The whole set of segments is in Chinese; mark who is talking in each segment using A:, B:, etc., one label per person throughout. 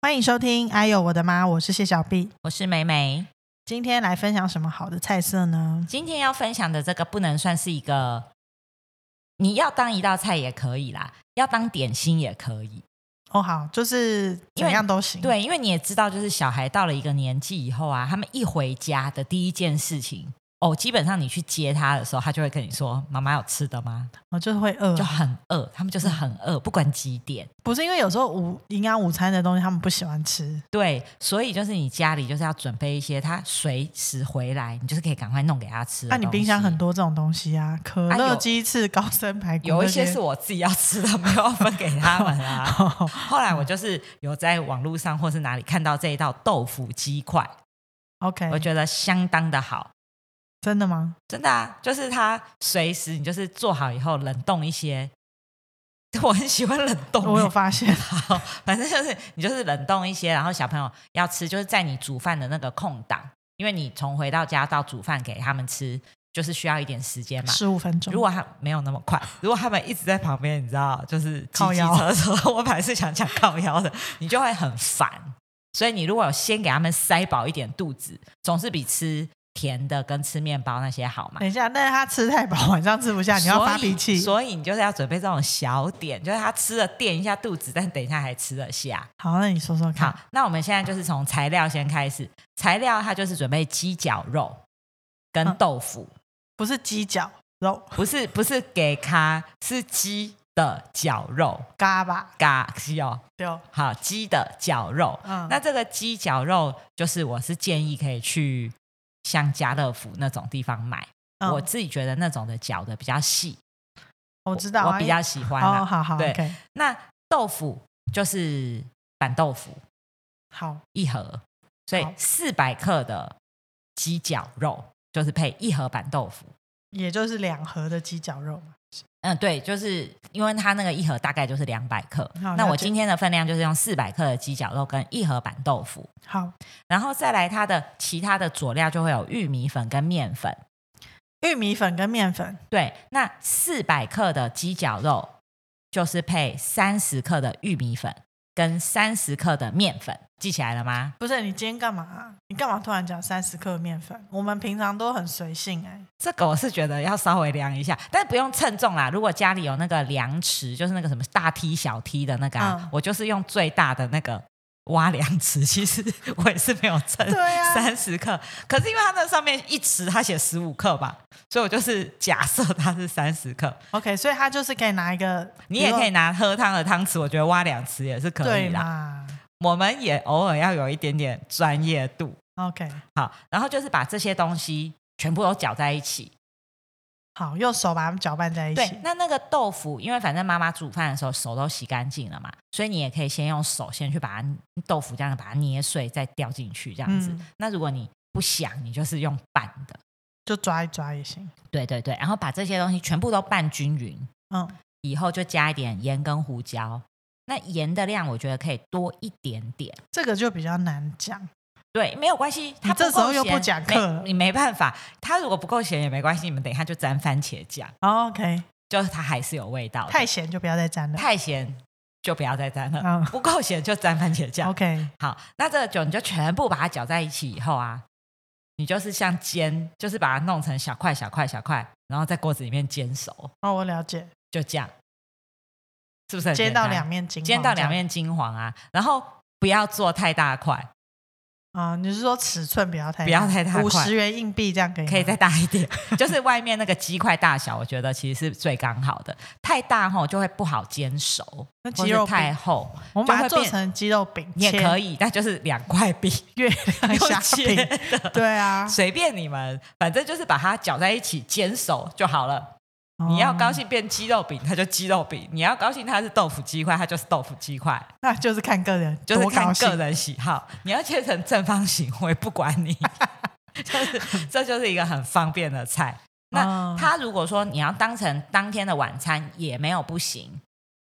A: 欢迎收听《哎呦我的妈》，我是谢小 B。
B: 我是美美。
A: 今天来分享什么好的菜色呢？
B: 今天要分享的这个不能算是一个，你要当一道菜也可以啦，要当点心也可以。
A: 哦，好，就是
B: 因
A: 怎
B: 为
A: 样都行。，
B: 对，因为你也知道，就是小孩到了一个年纪以后啊，他们一回家的第一件事情。哦，基本上你去接他的时候，他就会跟你说：“妈妈有吃的吗
A: 我就是会？”饿
B: 就，很饿，他们就是很饿，不管几点。
A: 不是因为有时候午营养午餐的东西他们不喜欢吃。
B: 对，所以就是你家里就是要准备一些他随时回来，你就是可以赶快弄给他吃的
A: 那、
B: 东西。
A: 你冰箱很多这种东西啊，可
B: 啊
A: 乐、
B: 有
A: 鸡翅、高升排骨，
B: 有一些是我自己要吃的，没有分给他们啊。
A: 哦
B: 后来我就是有在网络上或是哪里看到这一道豆腐鸡块，
A: OK，
B: 我觉得相当的好，
A: 真的吗？
B: 真的啊，就是它随时你就是做好以后冷冻一些， 我很喜欢冷冻欸、
A: 我有发 现，
B: 好，反正就是你就是冷冻一些，然后小朋友要吃，就是在你煮饭的那个空档，因为你从回到家到煮饭给他们吃，就是需要一点时间嘛。
A: 十五分钟。
B: 如果他没有那么 快，如果他们一直在旁边，你知道，就是骑
A: 靠
B: 机
A: 腰
B: 车的时候，我本来是想讲靠腰的， 你就会很烦。所以你如果有先给他们塞饱一点肚子，总是比吃甜的跟吃面包那些好嘛
A: 等。一下，但是他吃太饱，晚上吃不啊下，你要发脾气。
B: 所以，所以你就是要准备这种小点，就是他吃了垫一下肚子，但等一下还吃得下。
A: 好，那你说说看
B: 好。，那我们现在就是从材料先开始，材料它就是准备鸡脚肉跟
A: 嗯
B: 豆腐，
A: 不是鸡脚肉
B: 不是不是给咖，是鸡的脚肉。
A: 嘎吧？
B: 嘎鸡哦，
A: 对哦，
B: 好鸡的绞肉。
A: 嗯，
B: 那这个鸡绞肉，就是我是建议可以去像家乐福那种地方买，
A: 嗯
B: 我自己觉得那种的绞的比较细，
A: 我知道啊，
B: 我比较喜欢啦。
A: 哦，好好
B: 对
A: OK，
B: 那豆腐就是板豆腐
A: 好，
B: 一盒，所以
A: 好
B: 四百克的鸡绞肉就是配一盒板豆腐。
A: 也就是两盒的鸡脚肉嘛。
B: 嗯，对，就是因为它那个一盒大概就是两百克
A: 好，
B: 那
A: 了
B: 我
A: 解
B: 今天的分量就是用四百克的鸡绞肉跟一盒板豆腐，
A: 好，
B: 然后再来它的其他的佐料就会有玉米粉跟面粉。
A: 玉米粉跟面粉，
B: 对，那四百克的鸡脚肉就是配三十克的玉米粉跟三十克的面粉，记起来了吗？
A: 不是你今天干嘛啊？你干嘛突然讲三十克面粉？我们平常都很随性哎、
B: 这个我是觉得要稍微量一下，但不用称重啦。如果家里有那个量尺，就是那个什么大梯小梯的那个、啊，
A: 嗯
B: 我就是用最大的那个挖量尺。其实我也是没有称，
A: 对啊
B: 三十克，可是因为它那上面一匙它写十五克吧，所以我就是假设它是三十克。
A: OK，所以他就是可以拿一个，
B: 你也可以
A: 比
B: 拿喝汤的汤匙，我觉得挖两匙也是
A: 如说
B: 可以
A: 对
B: 啦。
A: 嘛
B: 我们也偶尔要有一点点专业度，
A: ？OK，
B: 好，然后就是把这些东西全部都搅在一起。
A: 好，用手把它们搅拌在一
B: 对
A: 起，。
B: 那那个豆腐，因为反正妈妈煮饭的时候手都洗干净了嘛，所以你也可以先用手先去把它豆腐这样把它捏碎，再掉进去这样子。
A: 嗯
B: 那如果你不想，你就是用拌的，
A: 就抓一抓也行。
B: 对对对，然后把这些东西全部都拌均匀，
A: 嗯，
B: 以后就加一点盐跟胡椒。那盐的量我觉得可以多一点点。
A: 这个就比较难讲。
B: 对，没有关系。他
A: 这时候又不讲课了
B: 你没办法。他如果不够咸也没关系，你们等一下就沾番茄酱，
A: OK，
B: 就是它还是有味道的。
A: 太咸就不要再沾了。
B: 太咸就不要再沾了，
A: 嗯
B: 不够咸就沾番茄 酱。
A: OK，
B: 好，那这个酒你就全部把它搅在一起以后啊，你就是像煎，就是把它弄成小块小块小块，然后在锅子里面煎熟，
A: 哦，我了解，
B: 就这样，是不是很
A: 煎
B: 简
A: 到
B: 单
A: 两面金黄这
B: 煎
A: 样，
B: 到两面金黄啊？然后不要做太大块，
A: 啊、你是说尺寸不要太
B: 不要太大
A: 五
B: 块
A: 十元硬币这样可以吗
B: 可以再大一点， 就是外面那个鸡块大小，我觉得其实是最刚好的。太大吼就会不好煎熟，
A: 那鸡
B: 或是
A: 肉
B: 太
A: 饼，
B: 厚，
A: 我们把它
B: 就
A: 做
B: 会变
A: 成鸡肉饼，
B: 你也可
A: 以
B: 以，但就是两块饼，
A: 月 亮
B: 用
A: 虾
B: 切
A: 饼，
B: 的，
A: 对啊，
B: 随便你们，反正就是把它搅在一起煎熟就好了。你要高
A: 哦，
B: 兴变鸡肉饼，它就鸡肉饼；你要高兴它是豆腐鸡块，它就是豆腐鸡块，
A: 哦那就是看个人，
B: 就是
A: 多高
B: 看
A: 兴
B: 个人喜好。你要切成正方形，我也不管 你，就是这就是一个很方便的菜。那
A: 哦
B: 它如果说你要当成当天的晚餐也没有不行，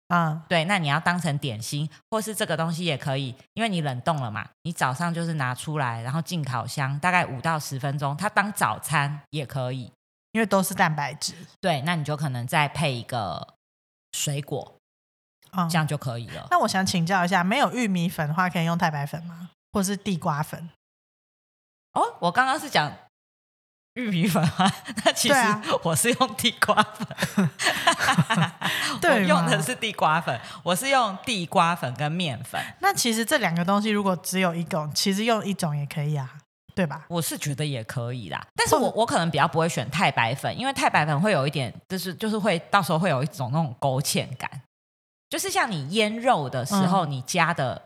A: 啊、
B: 对，那你要当成点心，或是这个东西也可以，因为你冷冻了嘛，你早上就是拿出来，然后进烤箱，大概五到十分钟，它当早餐也可以。
A: 因为都是蛋白质
B: 对，那你就可能再配一个水果，
A: 嗯
B: 这样就可以了。
A: 那我想请教一下，没有玉米粉的话，可以用太白粉吗？或是地瓜 粉？
B: 哦，我刚刚是讲玉米粉啊， 那其实
A: 对啊
B: 我是用地瓜粉，我
A: 对
B: 用的
A: 嘛
B: 是地瓜粉，我是用地瓜粉跟面粉，
A: 那其实这两个东西如果只有一种，其实用一种也可以啊，对吧？
B: 我是觉得也可以啦。但是
A: 或
B: 我
A: 者
B: 我可能比较不会选太白粉，因为太白粉会有一点，就是就是会到时候会有一种那种勾芡感，就是像你腌肉的时候，
A: 嗯
B: 你加的。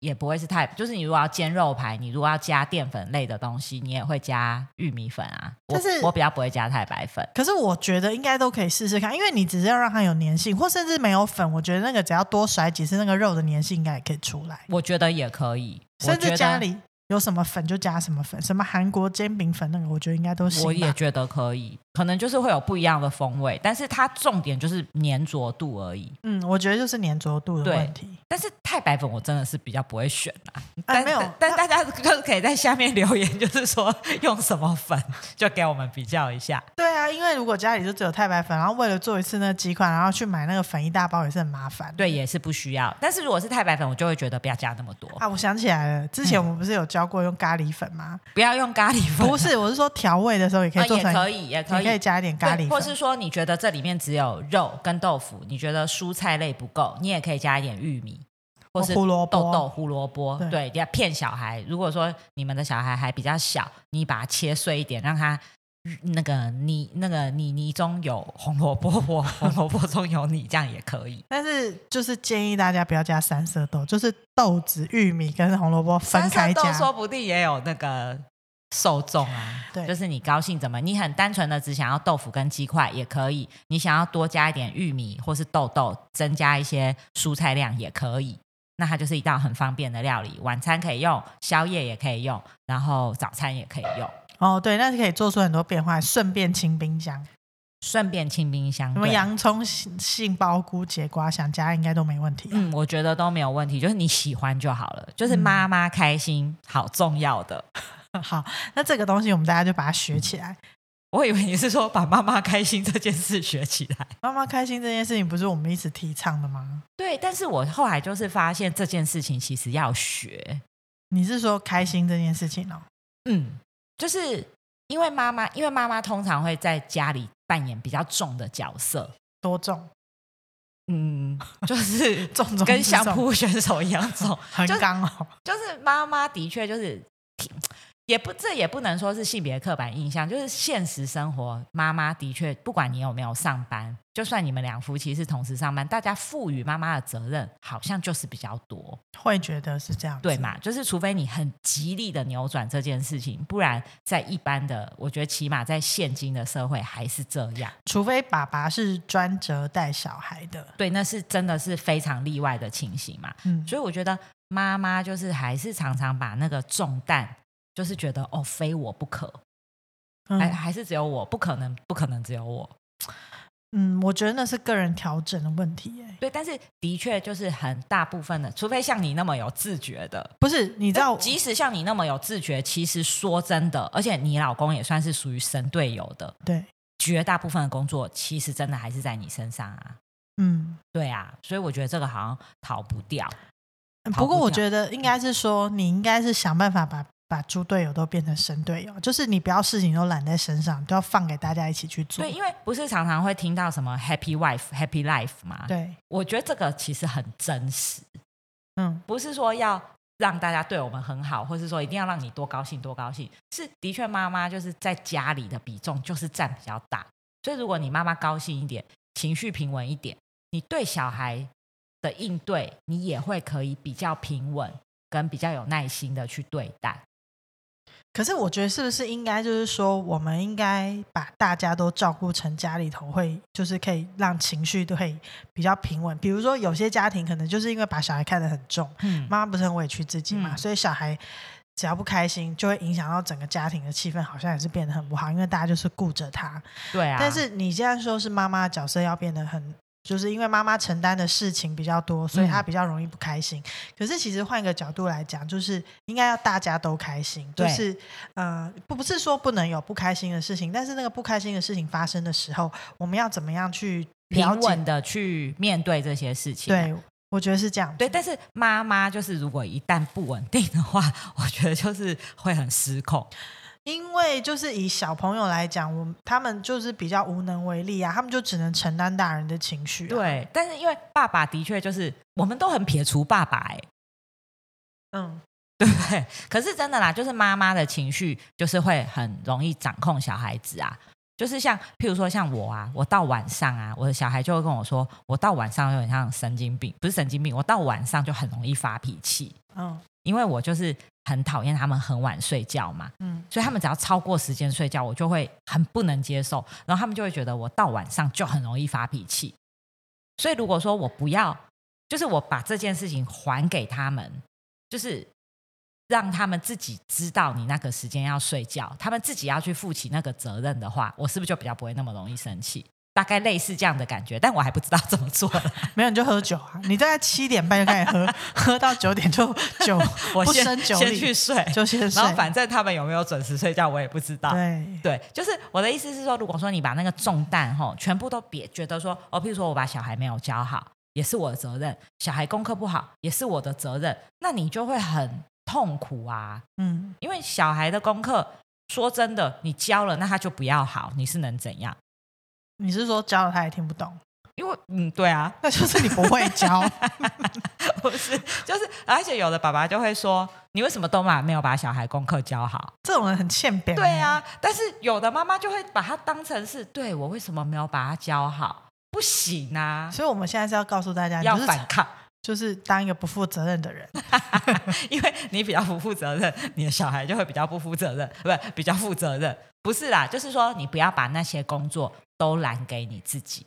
B: 也不会是太，就是你如果要煎肉排，你如果要加淀粉类的东西，你也会加玉米粉啊。我
A: 但是
B: 我比较不会加太白粉。
A: 可是我觉得应该都可以试试看，因为你只是要让它有粘性，或甚至没有粉，我觉得那个只要多甩几次，那个肉的粘性应该也可以出来。
B: 我觉得也可以，
A: 甚
B: 我觉
A: 至
B: 得
A: 家里有什么粉就加什么粉，什么韩国煎饼粉那个，我觉得应该都行吧。
B: 我也觉得可以，可能就是会有不一样的风味，但是它重点就是粘着度而已。
A: 嗯，我觉得就是粘着度的
B: 对
A: 问题。
B: 但是太白粉我真的是比较不会选啦、
A: 哎
B: 但
A: 没有
B: 但大家就是可以在下面留言，就是说用什么粉， 就给我们比较一下。
A: 对啊，因为如果家里就只有太白粉，然后为了做一次那几款，然后去买那个粉一大包也是很麻烦。
B: 对，也是不需要。但是如果是太白粉，我就会觉得不要加那么多，
A: 啊，我想起来了，之前我们不是有教过用咖喱粉 吗？
B: 不要用咖喱粉，
A: 不是，我是说调味的时候也可
B: 啊
A: 以做
B: 也
A: 成，
B: 可以，也可
A: 你可以
B: 以。
A: 加一点咖
B: 对
A: 喱
B: 或
A: 粉。
B: 是说你觉得这里面只有肉跟豆腐，你觉得蔬菜类不够，你也可以加一点玉米，或是
A: 胡萝卜
B: 豆豆、胡萝卜，
A: 对
B: 对，要骗小孩。如果说你们的小孩还比较小，你把它切碎一点，让他那个泥那个泥泥中有红萝卜，或红萝卜中有你，这样也可以。
A: 但是就是建议大家不要加三色豆，就是豆子、玉米跟红萝卜分开
B: 三色豆
A: 加。
B: 说不定也有那个受众啊。
A: 对
B: 就是你高兴怎么，你很单纯的只想要豆腐跟鸡块也可以，你想要多加一点玉米或是豆豆，增加一些蔬菜量也可以。那它就是一道很方便的料理，晚餐可以用，宵夜也可以用，然后早餐也可以用，
A: 哦，对，那是可以做出很多变化，顺便清冰箱，
B: 顺便清冰箱。
A: 什么
B: 对
A: 洋葱、杏杏鲍菇、节瓜，想加应该都没问题、
B: 嗯，我觉得都没有问题，就是你喜欢就好了，
A: 嗯
B: 就是妈妈开心，好重要的。
A: 好，那这个东西我们大家就把它学起来。
B: 我以为你是说把妈妈开心这件事学起来。
A: 妈妈开心这件事情不是我们一直提倡的吗？
B: 对，但是我后来就是发现这件事情其实要学，
A: 你是说开心这件事情哦？
B: 嗯，就是因为妈妈，因为妈妈通常会在家里扮演比较重的角色，
A: 多重？
B: 嗯，就是
A: 重中
B: 跟
A: 之
B: 相
A: 重
B: 扑选手一样重，
A: 很
B: 就是
A: 刚哦。
B: 就是妈妈的确就是。也不，这也不能说是性别刻板印象，就是现实生活，妈妈的确，不管你有没有上班，就算你们两夫妻是同时上班，大家赋予妈妈的责任好像就是比较多。
A: 会觉得是这样，
B: 对？嘛？就是除非你很极力的扭转这件事情，不然在一般的，我觉得起码在现今的社会还是这样。
A: 除非爸爸是专责带小孩的，
B: 对，那是真的是非常例外的情形嘛。
A: 嗯，
B: 所以我觉得妈妈就是还是常常把那个重担，就是觉得哦，非我不可，还
A: 嗯
B: 还是只有我，不可能，不可能只有我。
A: 嗯，我觉得那是个人调整的问题、耶。
B: 对，但是的确就是很大部分的，除非像你那么有自觉的，
A: 不是？你知道，
B: 呃即使像你那么有自觉，其实说真的，而且你老公也算是属于神队友的，
A: 对，
B: 绝大部分的工作其实真的还是在你身上啊。
A: 嗯。
B: 对啊，所以我觉得这个好像逃不掉。逃
A: 嗯不过
B: 不
A: 我
B: 掉
A: 觉得应该是说，你应该是想办法把把猪队友都变成神队友，就是你不要事情都揽在身上，都要放给大家一起去做
B: 对，。因为不是常常会听到什么 “happy wife, happy life” 嘛？，
A: 对，
B: 我觉得这个其实很真实，
A: 嗯，
B: 不是说要让大家对我们很好，或是说一定要让你多高兴多高兴。是的确，妈妈就是在家里的比重就是占比较大，所以如果你妈妈高兴一点，情绪平稳一点，你对小孩的应对，你也会可以比较平稳跟比较有耐心的去对待。
A: 可是我觉得是不是应该就是说，我们应该把大家都照顾成家里头会，就是可以让情绪都可以比较平稳。比如说有些家庭可能就是因为把小孩看得很重，
B: 嗯
A: 妈妈不是很委屈自己嘛，
B: 嗯
A: 所以小孩只要不开心，就会影响到整个家庭的气氛，好像也是变得很不好，因为大家就是顾着他。
B: 对啊，
A: 但是你现在说是妈妈的角色要变得很。就是因为妈妈承担的事情比较多，所以她
B: 嗯
A: 比较容易不开心。可是其实换一个角度来讲，就是应该要大家都开心，就
B: 对
A: 是呃，不不是说不能有不开心的事情，但是那个不开心的事情发生的时候，我们要怎么样去
B: 平
A: 了解
B: 稳的去面对这些事情啊。
A: 对，我觉得是这样。
B: 对，但是妈妈就是如果一旦不稳定的话， 我觉得就是会很失控。
A: 因为就是以小朋友来讲，我们他们就是比较无能为力啊，他们就只能承担大人的情绪、啊。，
B: 对，但是因为爸爸的确就是我们都很撇除爸爸、欸，
A: 嗯，
B: 对，可是真的啦，就是妈妈的情绪就是会很容易掌控小孩子啊。就是像，譬如说像我啊，我到晚上啊，我的小孩就会跟我说，我到晚上有点像神经病，不是神经病，我到晚上就很容易发脾气，
A: 嗯
B: 因为我就是很讨厌他们很晚睡觉嘛，
A: 嗯，
B: 所以他们只要超过时间睡觉，我就会很不能接受，然后他们就会觉得我到晚上就很容易发脾气。所以如果说我不要，就是我把这件事情还给他们，就是让他们自己知道你那个时间要睡觉，他们自己要去负起那个责任的话，我是不是就比较不会那么容易生气？大概类似这样的感觉，但我还不知道怎么做。
A: 没有你就喝酒啊，你大概七点半就开始喝，喝到九点就酒
B: 我
A: 不
B: 先
A: 胜酒
B: 先去
A: 力，
B: 睡，
A: 就先睡
B: 然。后反正他们有没有准时睡觉，我也不知道。
A: 对，
B: 对，就是我的意思是说，如果说你把那个重担吼全部都别觉得说，哦，譬如说我把小孩没有教好，也是我的责任；小孩功课不好，也是我的责任，那你就会很痛苦啊。
A: 嗯，
B: 因为小孩的功课，说真的，你教了，那他就不要好，你是能怎样？
A: 你是说教了他也听不懂，
B: 因为嗯，对啊，
A: 那就是你不会教。
B: 不是，就是，而且有的爸爸就会说，你为什么都嘛没有把小孩功课教好？
A: 这种人很欠扁。
B: 对，啊，但是有的妈妈就会把它当成是，对我为什么没有把它教好？不行啊，
A: 所以我们现在是要告诉大家，你
B: 要
A: 就是
B: 反抗，
A: 就是当一个不负责任的人。
B: 因为你比较不负责任，你的小孩就会比较不负责任，不是比较负责任，不是啦，就是说你不要把那些工作都揽给你自己。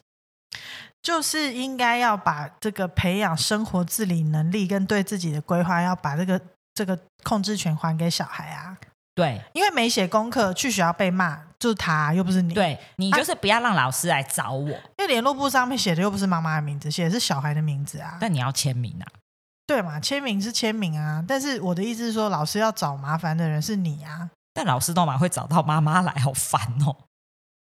A: 就是应该要把这个培养生活自理能力跟对自己的规划，要把这个这个控制权还给小孩啊。
B: 对
A: 因为没写功课去学校被骂，就是他又不是你。，啊
B: 对，你就是不要让老师来找我，
A: 因为联络簿上面写的又不是妈妈的名字，写的是小孩的名字啊。
B: 但你要签名啊。
A: 对嘛，签名是签名啊。但是我的意思是说，老师要找麻烦的人是你啊，
B: 但老师都嘛会找到妈妈来，好烦哦。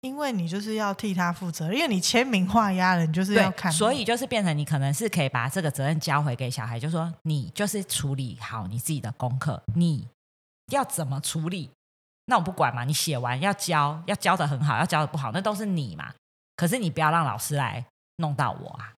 A: 因为你就是要替他负责，因为你签名画押了，你就是要
B: 对，
A: 看。哦
B: 所以就是变成你可能是可以把这个责任交回给小孩，就说你就是处理好你自己的功课，你要怎么处理，那我不管嘛，你写完要交，要交的很好，要交的不好，那都是你嘛。可是你不要让老师来弄到我啊！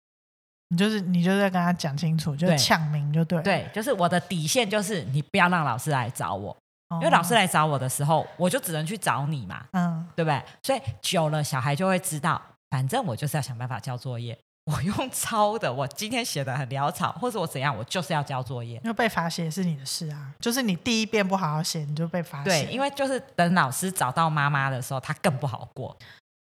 A: 你就是你就是要跟他讲清楚，就是
B: 对
A: 呛名就对。，
B: 对，就是我的底线就是你不要让老师来找我，
A: 因
B: 因为老师来找我的时候，我就只能去找你嘛，
A: 嗯。
B: 对不对？所以久了，小孩就会知道，反正我就是要想办法交作业。 我用抄的，我今天写的很潦草，或者我怎样，我就是要交作业。
A: 因为被罚写也是你的事啊，就是你第一遍不好好写，你就被罚写。
B: 对，因为就是等老师找到妈妈的时候，他更不好过。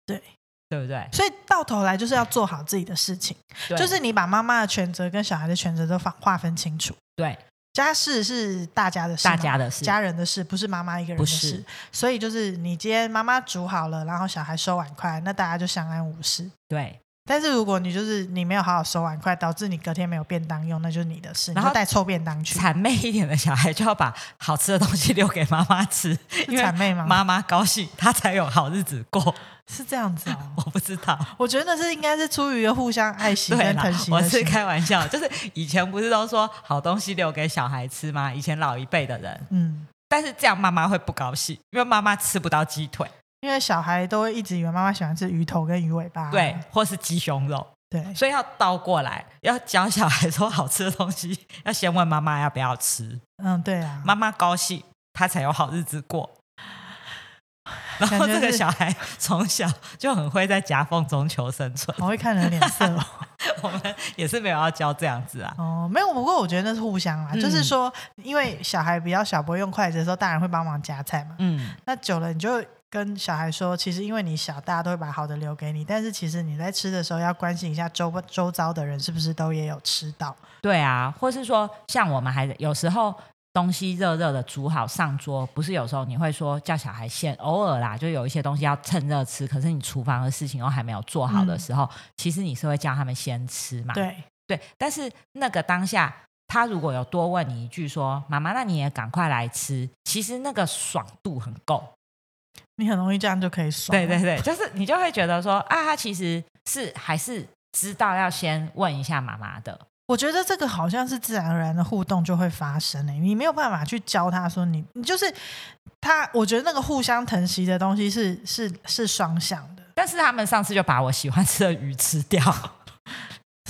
A: 对，
B: 对不对？
A: 所以到头来就是要做好自己的事情，
B: 对
A: 就是你把妈妈的权责跟小孩的权责都划划分清楚。
B: 对
A: 家事是大家的事嘛，
B: 大家的事。
A: 家人的事，不是妈妈一个人
B: 不
A: 的
B: 是
A: 事。所以就是你今天妈妈煮好了，然后小孩收碗筷，那大家就相安无事。
B: 对，
A: 但是如果你就是你没有好好收碗筷，导致你隔天没有便当用，那就是你的事，你
B: 然
A: 就
B: 后
A: 带臭便当去。
B: 谄媚一点的小孩就要把好吃的东西留给妈妈吃，因
A: 谄
B: 为
A: 媚吗？
B: 妈妈高兴，她才有好日子过。
A: 是这样子哦。
B: 我不知道。
A: 我觉得是应该是出于互相爱惜
B: 对
A: 跟
B: 啦
A: 疼惜，
B: 我
A: 的
B: 是
A: 心。
B: 开玩笑， 就是以前不是都说好东西留给小孩吃吗？以前老一辈的人，
A: 嗯，
B: 但是这样妈妈会不高兴，因为妈妈吃不到鸡腿，
A: 因为小孩都会一直以为妈妈喜欢吃鱼头跟鱼尾巴。
B: 对，或是鸡胸肉。
A: 对，
B: 所以要倒过来，要教小孩说好吃的东西，要先问妈妈要不要吃，
A: 嗯，对啊，
B: 妈妈高兴，他才有好日子过。 然后
A: 感觉
B: 这个
A: 是
B: 小孩从小就很会在夹缝中求生 存，
A: 好会看人脸 色哦。
B: 我们也是没有要教这样子啊。
A: 哦，没有，不过我觉得那是互相啦，
B: 嗯
A: 就是说，因为小孩比较小，不会用筷子的时候，大人会帮忙夹菜嘛。
B: 嗯，
A: 那久了，你就跟小孩说，其实因为你小，大家都会把好的留给你，但是其实你在吃的时候要关心一下周周遭的人是不是都也有吃到。
B: 对啊，或是说像我们还有时候东西热热的煮好上桌，不是有时候你会说叫小孩先偶尔啦，就有一些东西要趁热吃，可是你厨房的事情又还没有做好的
A: 嗯
B: 时候，其实你是会叫他们先吃嘛。
A: 对，
B: 对，但是那个当下，他如果有多问你一句说：“妈妈，那你也赶快来吃。”其实那个爽度很够。
A: 你很容易这样就可以爽。
B: 对对，对，就是你就会觉得说啊，他其实是还是知道要先问一下妈妈的。
A: 我觉得这个好像是自然而然的互动就会发生诶、你没有办法去教他说你，你就是他。我觉得那个互相疼惜的东西是是是双向的，
B: 但是他们上次就把我喜欢吃的鱼吃掉，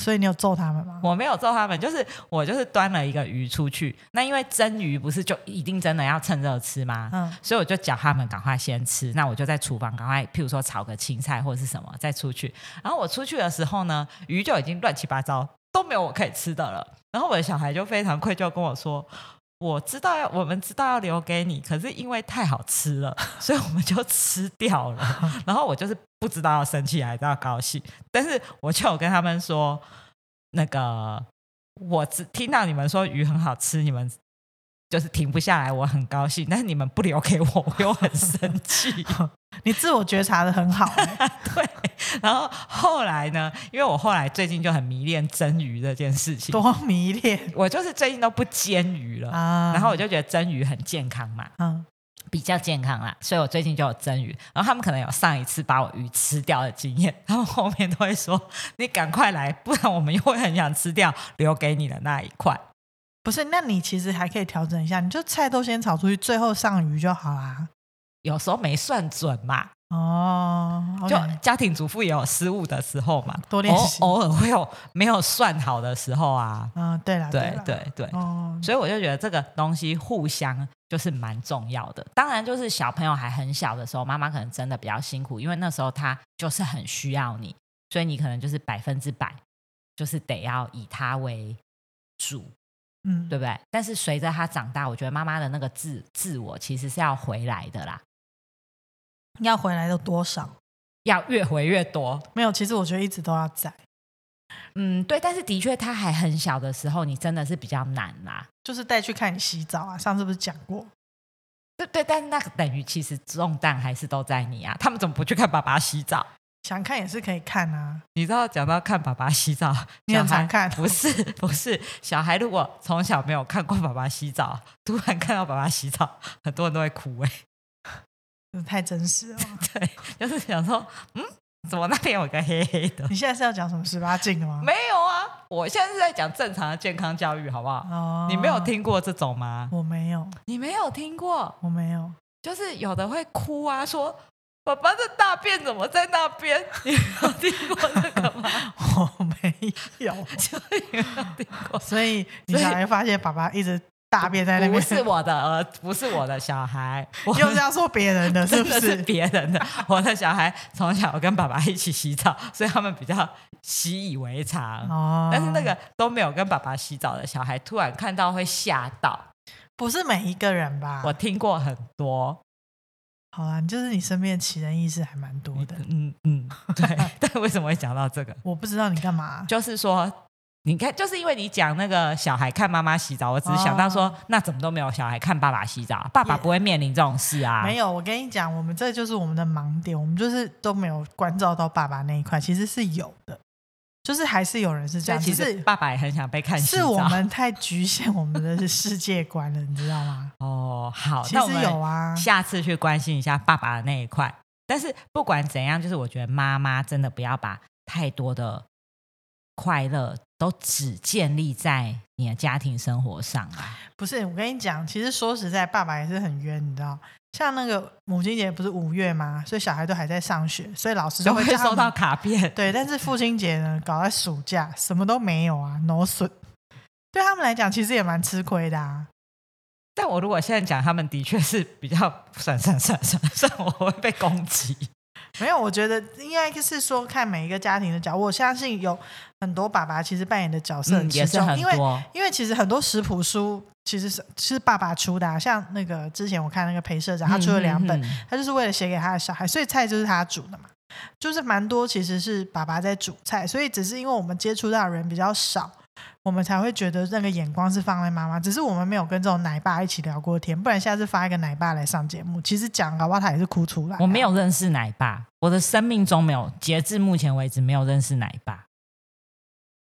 A: 所以你有揍他们吗？
B: 我没有揍他们，就是我就是端了一个鱼出去。那因为蒸鱼不是就一定真的要趁热吃吗？
A: 嗯，
B: 所以我就叫他们赶快先吃，那我就在厨房赶快，譬如说炒个青菜或者是什么，再出去。然后我出去的时候呢，鱼就已经乱七八糟，都没有我可以吃的了。然后我的小孩就非常愧疚跟我说：“我知道要，我们知道要留给你，可是因为太好吃了， 所以我们就吃掉了。”然后我就是不知道要生气还是要高兴，但是我就有跟他们说，那个我只听到你们说鱼很好吃，你们。就是停不下来，我很高兴，但是你们不留给我， 我又很生气。
A: 你自我觉察的很好、 欸，
B: 对，然后后来呢，因为我后来最近就很迷恋蒸鱼这件事情，
A: 多迷恋
B: 我就是最近都不煎鱼了。
A: 啊！
B: 嗯然后我就觉得蒸鱼很健康嘛，
A: 嗯，
B: 比较健康啦，所以我最近就有蒸鱼。然后他们可能有上一次把我鱼吃掉的经验，他们后面都会说：“你赶快来，不然我们又会很想吃掉留给你的那一块。
A: 不是，那你其实还可以调整一下，你就菜都先炒出去，最后上鱼就好啦。”
B: 有时候没算准嘛，
A: 哦
B: 就
A: OK
B: 家庭主妇也有失误的时候嘛，
A: 多练习
B: 偶偶尔会有没有算好的时候啊。
A: 嗯，对啦，
B: 对
A: 啦，
B: 对对，
A: 哦，
B: 所以我就觉得这个东西互相就是蛮重要的。当然，就是小朋友还很小的时候，妈妈可能真的比较辛苦，因为那时候他就是很需要你，所以你可能就是百分之百就是得要以他为主，
A: 嗯，
B: 对不对？但是随着他长大，我觉得妈妈的那个自自我其实是要回来的啦，
A: 要回来的多少？
B: 要越回越多。
A: 没有，其实我觉得一直都要在，
B: 嗯，对。但是的确，他还很小的时候，你真的是比较难啦。
A: 就是带去看你洗澡啊，上次不是讲过？
B: 对对，但是那个等于其实重担还是都在你啊。他们怎么不去看爸爸洗澡？
A: 想看也是可以看啊，
B: 你知道讲到看爸爸洗澡，
A: 你很
B: 小孩
A: 常看
B: 不是 不是，小孩如果从小没有看过爸爸洗澡，突然看到爸爸洗澡，很多人都会哭哎、
A: 真的太真实了嘛。
B: 就是想说，嗯，怎么那边有个黑黑的？
A: 你现在是要讲什么十八禁的吗？
B: 没有啊，我现在是在讲正常的健康教育，好不好？
A: 哦，
B: 你没有？听过这种吗？
A: 我没有，
B: 你没有听过，
A: 我没 有。
B: 就是有的会哭啊，说爸爸的大便怎么在那边？ 你没有听过这个吗？
A: 我没有，
B: 就是你没有听过。
A: 所以你小孩发现爸爸一直大便 在那
B: 不
A: 边，
B: 是我的儿，不是我的小孩，我
A: 又是要说别人的，是
B: 真
A: 不
B: 的是
A: 是？
B: 别人的。我的小孩从小跟爸爸一起洗澡，所以他们比较习以为常。
A: 哦，
B: 但是那个都没有跟爸爸洗澡的小孩，突然看到会吓到。
A: 不是每一个人吧？
B: 我听过很多，
A: 好啦，就是你身边的奇人异事还蛮多的。
B: 嗯嗯，对。 但为什么会讲到这个？
A: 我不知道你干嘛，
B: 就是说。你看，就是因为你讲那个小孩看妈妈洗澡，我只是想到说，
A: 哦
B: 那怎么都没有小孩看爸爸洗澡，爸爸
A: 也
B: 不会面临这种事啊。
A: 没有，我跟你讲，我们这就是我们的盲点，我们就是都没有关照到爸爸那一块，其实是有的，就是还是有人是这
B: 所以
A: 样，
B: 其
A: 只
B: 实
A: 是
B: 爸爸也很想被看洗澡。
A: 是我们太局限我们的世界观了，你知道吗？
B: 哦， 好，
A: 其
B: 那我
A: 实有
B: 们
A: 啊，
B: 下次去关心一下爸爸的那一块。但是不管怎样，就是我觉得妈妈真的不要把太多的快乐都只建立在你的家庭生活上啊。
A: 不是我跟你讲，其实说实在，爸爸也是很冤，你知道，像那个母亲节不是五月吗？所以小孩都还在上学，所以老师
B: 就
A: 就
B: 会
A: 叫他
B: 收
A: 们
B: 到卡片，
A: 对，但是父亲节呢，搞在暑假，什么都没有啊，no 损。对他们来讲，其实也蛮吃亏的啊。
B: 但我如果现在讲，他们的确是比较算算算算算，我会被攻击。
A: 没有，我觉得应该是说看每一个家庭的角。我相信有很多爸爸其实扮演的角色
B: 嗯，
A: 很
B: 也
A: 吃
B: 是
A: 重，
B: 很
A: 因为
B: 多。
A: 因为其实很多食谱书其实是是爸爸出的、啊，像那个之前我看那个裴社长， 他出了两本，
B: 嗯，嗯嗯
A: 他就是为了写给他的小孩，所以菜就是他煮的嘛，就是蛮多其实是爸爸在煮菜，所以只是因为我们接触到的人比较少，我们才会觉得那个眼光是放在妈妈，只是我们没有跟这种奶爸一起聊过天，不然下次发一个奶爸来上节目，其实讲搞不好他也是哭出来啊、
B: 我没有认识奶爸，我的生命中没有，截至目前为止没有认识奶爸。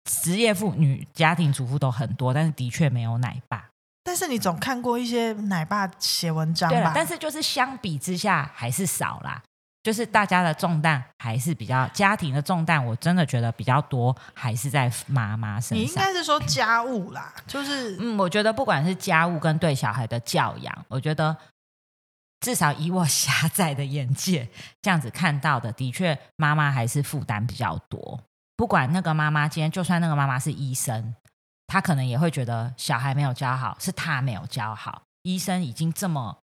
B: 职业妇女、家庭主妇都很多，但是的确没有奶爸。
A: 但是你总看过一些奶爸写文章
B: 对了
A: 吧，？
B: 但是就是相比之下还是少啦。就是大家的重担还是比较家庭的重担，我真的觉得比较多还是在妈妈身
A: 你应
B: 上。
A: 该是说家务啦，就是
B: 嗯，我觉得不管是家务跟对小孩的教养，我觉得至少以我 狭窄的眼界这样子看到的，的确妈妈还是负担比较多。不管那个妈妈今天，就算那个妈妈是医生，她可能也会觉得小孩没有教好，是她没有教好。医生已经这么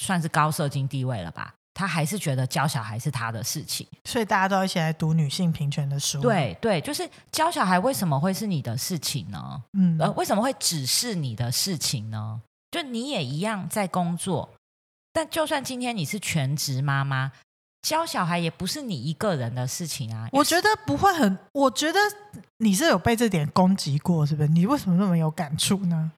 B: 算是高社经地位了吧，她还是觉得教小孩是她的事情。
A: 所以大家都要一起来读女性平权的书。，
B: 对对，就是教小孩为什么会是你的事情呢？
A: 嗯，
B: 呃，为什么会只是你的事情呢？就你也一样在工作，但就算今天你是全职妈妈，教小孩也不是你一个人的事情啊。
A: 我觉得不会很，我觉得你是有被这点攻击过，是不是？你为什么那么有感触呢？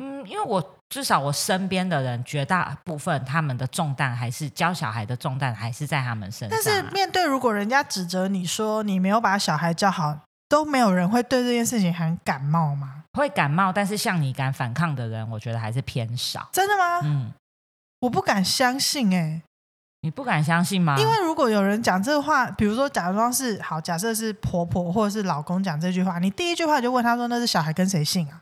B: 嗯，因为我至少我身边的人绝大部分他们的重担还是教小孩的重担还是在他们身上、
A: 但
B: 啊。
A: 是面对如果人家指责你说你没有把小孩教好，都没有人会对这件事情很感冒吗？
B: 会感冒，但是像你敢反抗的人，我觉得还是偏少。
A: 真的吗？
B: 嗯，
A: 我不敢相信哎、
B: 你不敢相信吗？
A: 因为如果有人讲这话，比如说假装是好，假设是婆婆或者是老公讲这句话，你第一句话就问他说那是小孩跟谁姓啊？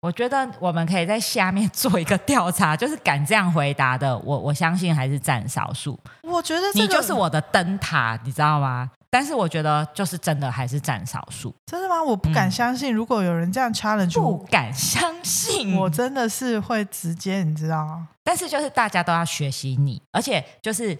B: 我觉得我们可以在下面做一个调查，就是敢这样回答的，我我相信还是占少数。
A: 我觉得、这个、
B: 你就是我的灯塔，你知道吗？但是我觉得就是真的还是占少数，
A: 真的吗？我不敢
B: 嗯
A: 相信，如果有人这样 challenge
B: 不
A: 我，
B: 敢相信。
A: 我真的是会直接，你知道吗？
B: 但是就是大家都要学习你，而且就是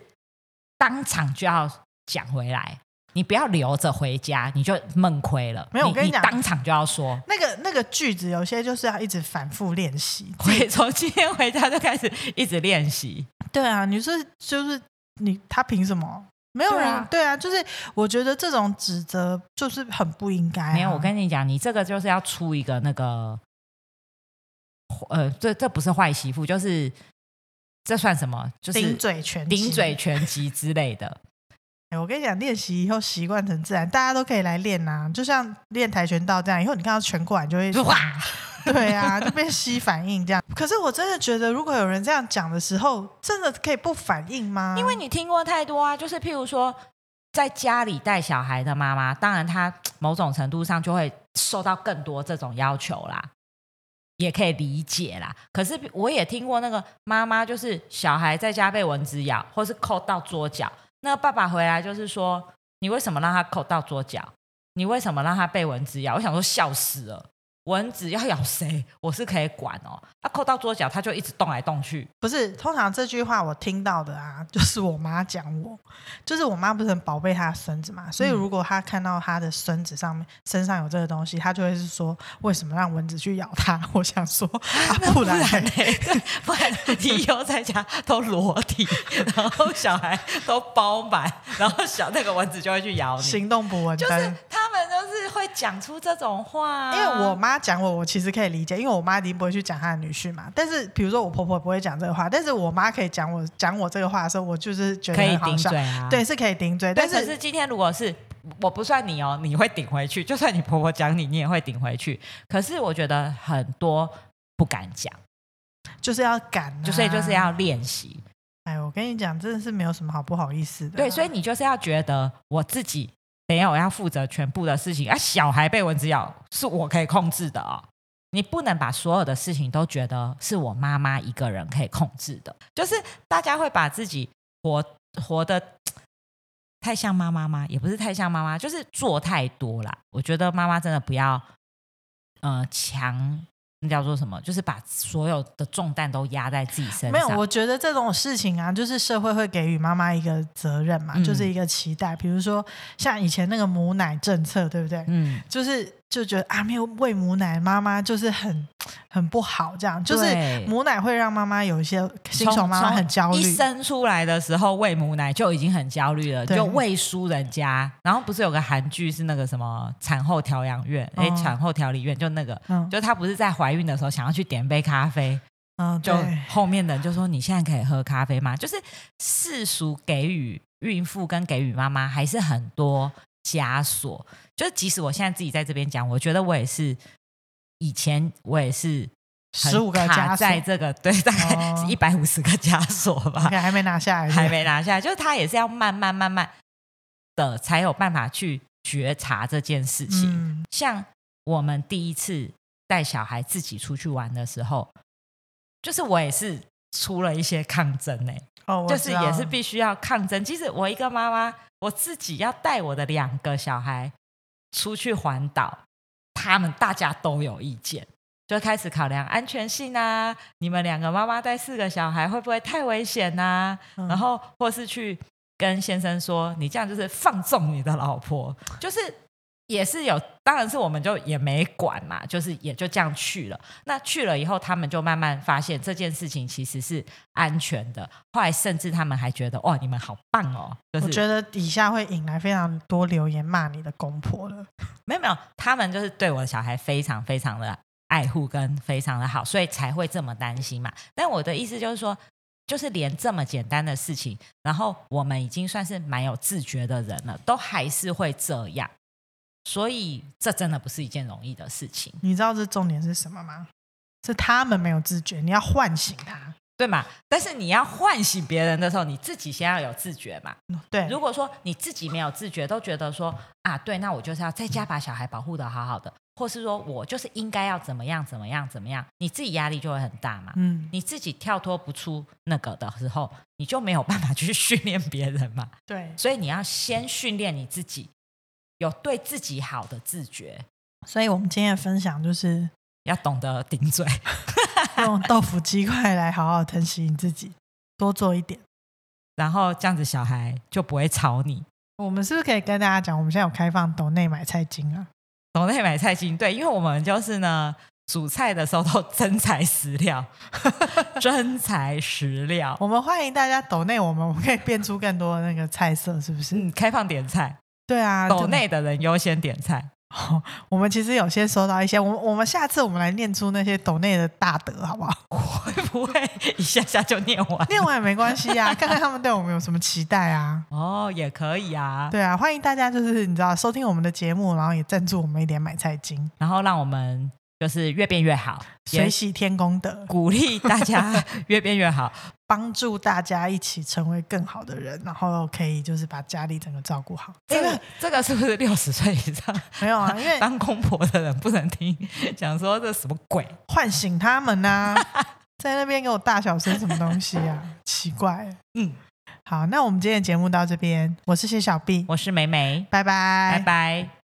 B: 当场就要讲回来，你不要留着回家，你就闷亏了。
A: 没有我跟你
B: 你
A: 讲
B: 当场就要 说。
A: 那个那个句子有些就是要一直反复练习。
B: 回从今天回家就开始一直练习，
A: 对啊，你说就是你他凭什么？没有人
B: 对啊
A: 对啊，就是我觉得这种指责就是很不应该啊、
B: 没有，我跟你讲，你这个就是要出一个那个，呃，这这不是坏媳妇，就是这算什么？就是
A: 顶嘴拳击
B: 顶嘴拳击之类的。
A: 哎我跟你讲，练习以后习惯成自然，大家都可以来练呐、啊。就像练跆拳道这样，以后你看到拳过来，你就会
B: 就哇，
A: 对啊，就变吸反应这样。可是我真的觉得，如果有人这样讲的时候，真的可以不反应吗？
B: 因为你听过太多啊，就是譬如说，在家里带小孩的妈妈，当然她某种程度上就会受到更多这种要求啦，也可以理解啦。可是我也听过那个妈妈，就是小孩在家被蚊子咬，或是扣到桌角，那个爸爸回来就是说：“你为什么让他扣到桌角？你为什么让他被蚊子咬？”我想说，笑死了。蚊子要咬谁，我是可以管哦。他、扣到桌角，他就一直动来动去。
A: 不是，通常这句话我听到的啊，就是我妈讲我，就是我妈不是很宝贝她的孙子嘛，所以
B: 嗯
A: 如果她看到她的孙子上面身上有这个东西，她就会是说为什么让蚊子去咬他？ 我想说，啊、不然
B: 不然呢？ 对不然你以后在家都裸体，然后小孩都包满，然后小那个蚊子就会去咬 你。
A: 行动不稳
B: 就
A: 当。
B: 是他们就是会讲出这种话啊、
A: 因为我妈讲我，我其实可以理解，因为我妈一定不会去讲她的女婿嘛。但是比如说我婆婆不会讲这个话，但是我妈可以讲我讲我这个话的时候，我就是觉得
B: 可以
A: 很好
B: 顶
A: 笑
B: 嘴。啊，
A: 对，是可以顶嘴，
B: 对。
A: 但
B: 但
A: 是
B: 是今天如果是我不算你哦，你会顶回去，就算你婆婆讲你，你也会顶回去。可是我觉得很多不敢讲，
A: 就是要敢、啊，
B: 就所以就是要练习。
A: 哎，我跟你讲，真的是没有什么好不好意思的啊、
B: 对，所以你就是要觉得我自己，等一下我要负责全部的事情，啊，小孩被蚊子咬是我可以控制的哦。你不能把所有的事情都觉得是我妈妈一个人可以控制的，就是大家会把自己活活的太像妈妈吗？也不是太像妈妈，就是做太多啦。我觉得妈妈真的不要，呃，强那叫做什么？就是把所有的重担都压在自己身上。
A: 没有，我觉得这种事情啊，就是社会会给予妈妈一个责任嘛，
B: 嗯
A: 就是一个期待。比如说像以前那个母奶政策，对不对？
B: 嗯，
A: 就是就觉得啊，没有喂母奶，妈妈就是很很不好，这样就是
B: 对
A: 母奶会让妈妈有一些新手
B: 从
A: 妈妈很焦虑
B: 一。生出来的时候喂母奶就已经很焦虑了，
A: 对
B: 就喂输人家。然后不是有个韩剧是那个什么产后调养院，
A: 哦
B: 哎、产后调理院就那个，
A: 嗯
B: 就她不是在怀孕的时候想要去点杯咖啡，
A: 嗯，
B: 就
A: 对，
B: 后面的人就说你现在可以喝咖啡吗？就是世俗给予孕妇跟给予妈妈还是很多枷锁。就是即使我现在自己在这边讲，我觉得我也是以前我也是很
A: 15个
B: 卡
A: 枷
B: 在
A: 锁
B: 这个 对，大概
A: 哦
B: 是一百五十个枷锁吧。
A: OK，还没拿下来，
B: 还没拿下来，就是他也是要慢慢慢慢的才有办法去觉察这件事
A: 是不是
B: 情。
A: 嗯，
B: 像我们第一次带小孩自己出去玩的时候，就是我也是出了一些抗争欸呢、
A: 哦，我
B: 就是
A: 知道
B: 也是必须要抗争。即使我一个妈妈，我自己要带我的两个小孩出去环岛，他们大家都有意见，就开始考量安全性啊，你们两个妈妈带四个小孩会不会太危险呐、啊？
A: 嗯
B: 然后或是去跟先生说，你这样就是放纵你的老婆，就是。也是有，当然是我们就也没管嘛，就是也就这样去了。那去了以后，他们就慢慢发现这件事情其实是安全的。后来甚至他们还觉得，哇，你们好棒哦！就
A: 我
B: 是
A: 觉得底下会引来非常多留言骂你的公婆了。
B: 没有没有，他们就是对我的小孩非常非常的爱护跟非常的好，所以才会这么担心嘛。但我的意思就是说，就是连这么简单的事情，然后我们已经算是蛮有自觉的人了，都还是会这样。所以这真的不是一件容易的事情，
A: 你知道这重点是什么吗？是他们没有自觉，你要唤醒他。
B: 对吗？但是你要唤醒别人的时候，你自己先要有自觉嘛。
A: 嗯对，
B: 如果说你自己没有自觉，都觉得说啊，对，那我就是要在家把小孩保护的好好的，或是说我就是应该要怎么样怎么样怎么样，你自己压力就会很大嘛。
A: 嗯，
B: 你自己跳脱不出那个的时候，你就没有办法去训练别人嘛。
A: 对，
B: 所以你要先训练你自己，有对自己好的自觉，
A: 所以我们今天的分享 就是
B: 要懂得顶嘴。
A: 用豆腐鸡块来好好疼惜你自己，多做一点。
B: 然后这样子，小孩就不会吵你。
A: 我们是不是可以跟大家讲，我们现在有开放抖内买菜金啊？
B: 懂内买菜金对，因为我们就是呢，煮菜的时候都 真材实料，真材实料，
A: 我们欢迎大家抖内，我们我们可以变出更多的那个菜色，是不是？
B: 嗯，开放点菜，
A: 对啊，
B: 抖
A: 真的
B: 内的人优先点菜。
A: 我们其实有些收到一些，我们我们下次我们来念出那些抖内的大德，好不 好？
B: 会不会一下下就念完？
A: 念完也没关系啊，看看他们对我们有什么期待啊。
B: 哦，也可以啊。
A: 对啊，欢迎大家就是你知道收听我们的节目，然后也赞助我们一点买菜金，
B: 然后让我们就是越变越好，也
A: 学习天功德，
B: 鼓励大 家越变越好。
A: 帮助大家一起成为更好的人，然后可以就是把家里整个照顾好。
B: 这
A: 这个
B: 个这个是不是六十岁以上
A: 没哎有啊，因为
B: 当公婆的人不能听？ 讲说这什么鬼？
A: 唤醒他们 呐、在那边给我大小声什么东西啊？奇怪。
B: 嗯，
A: 好，那我们今天的节目到这边，我是谢小 B，
B: 我是美美，
A: 拜拜，
B: 拜拜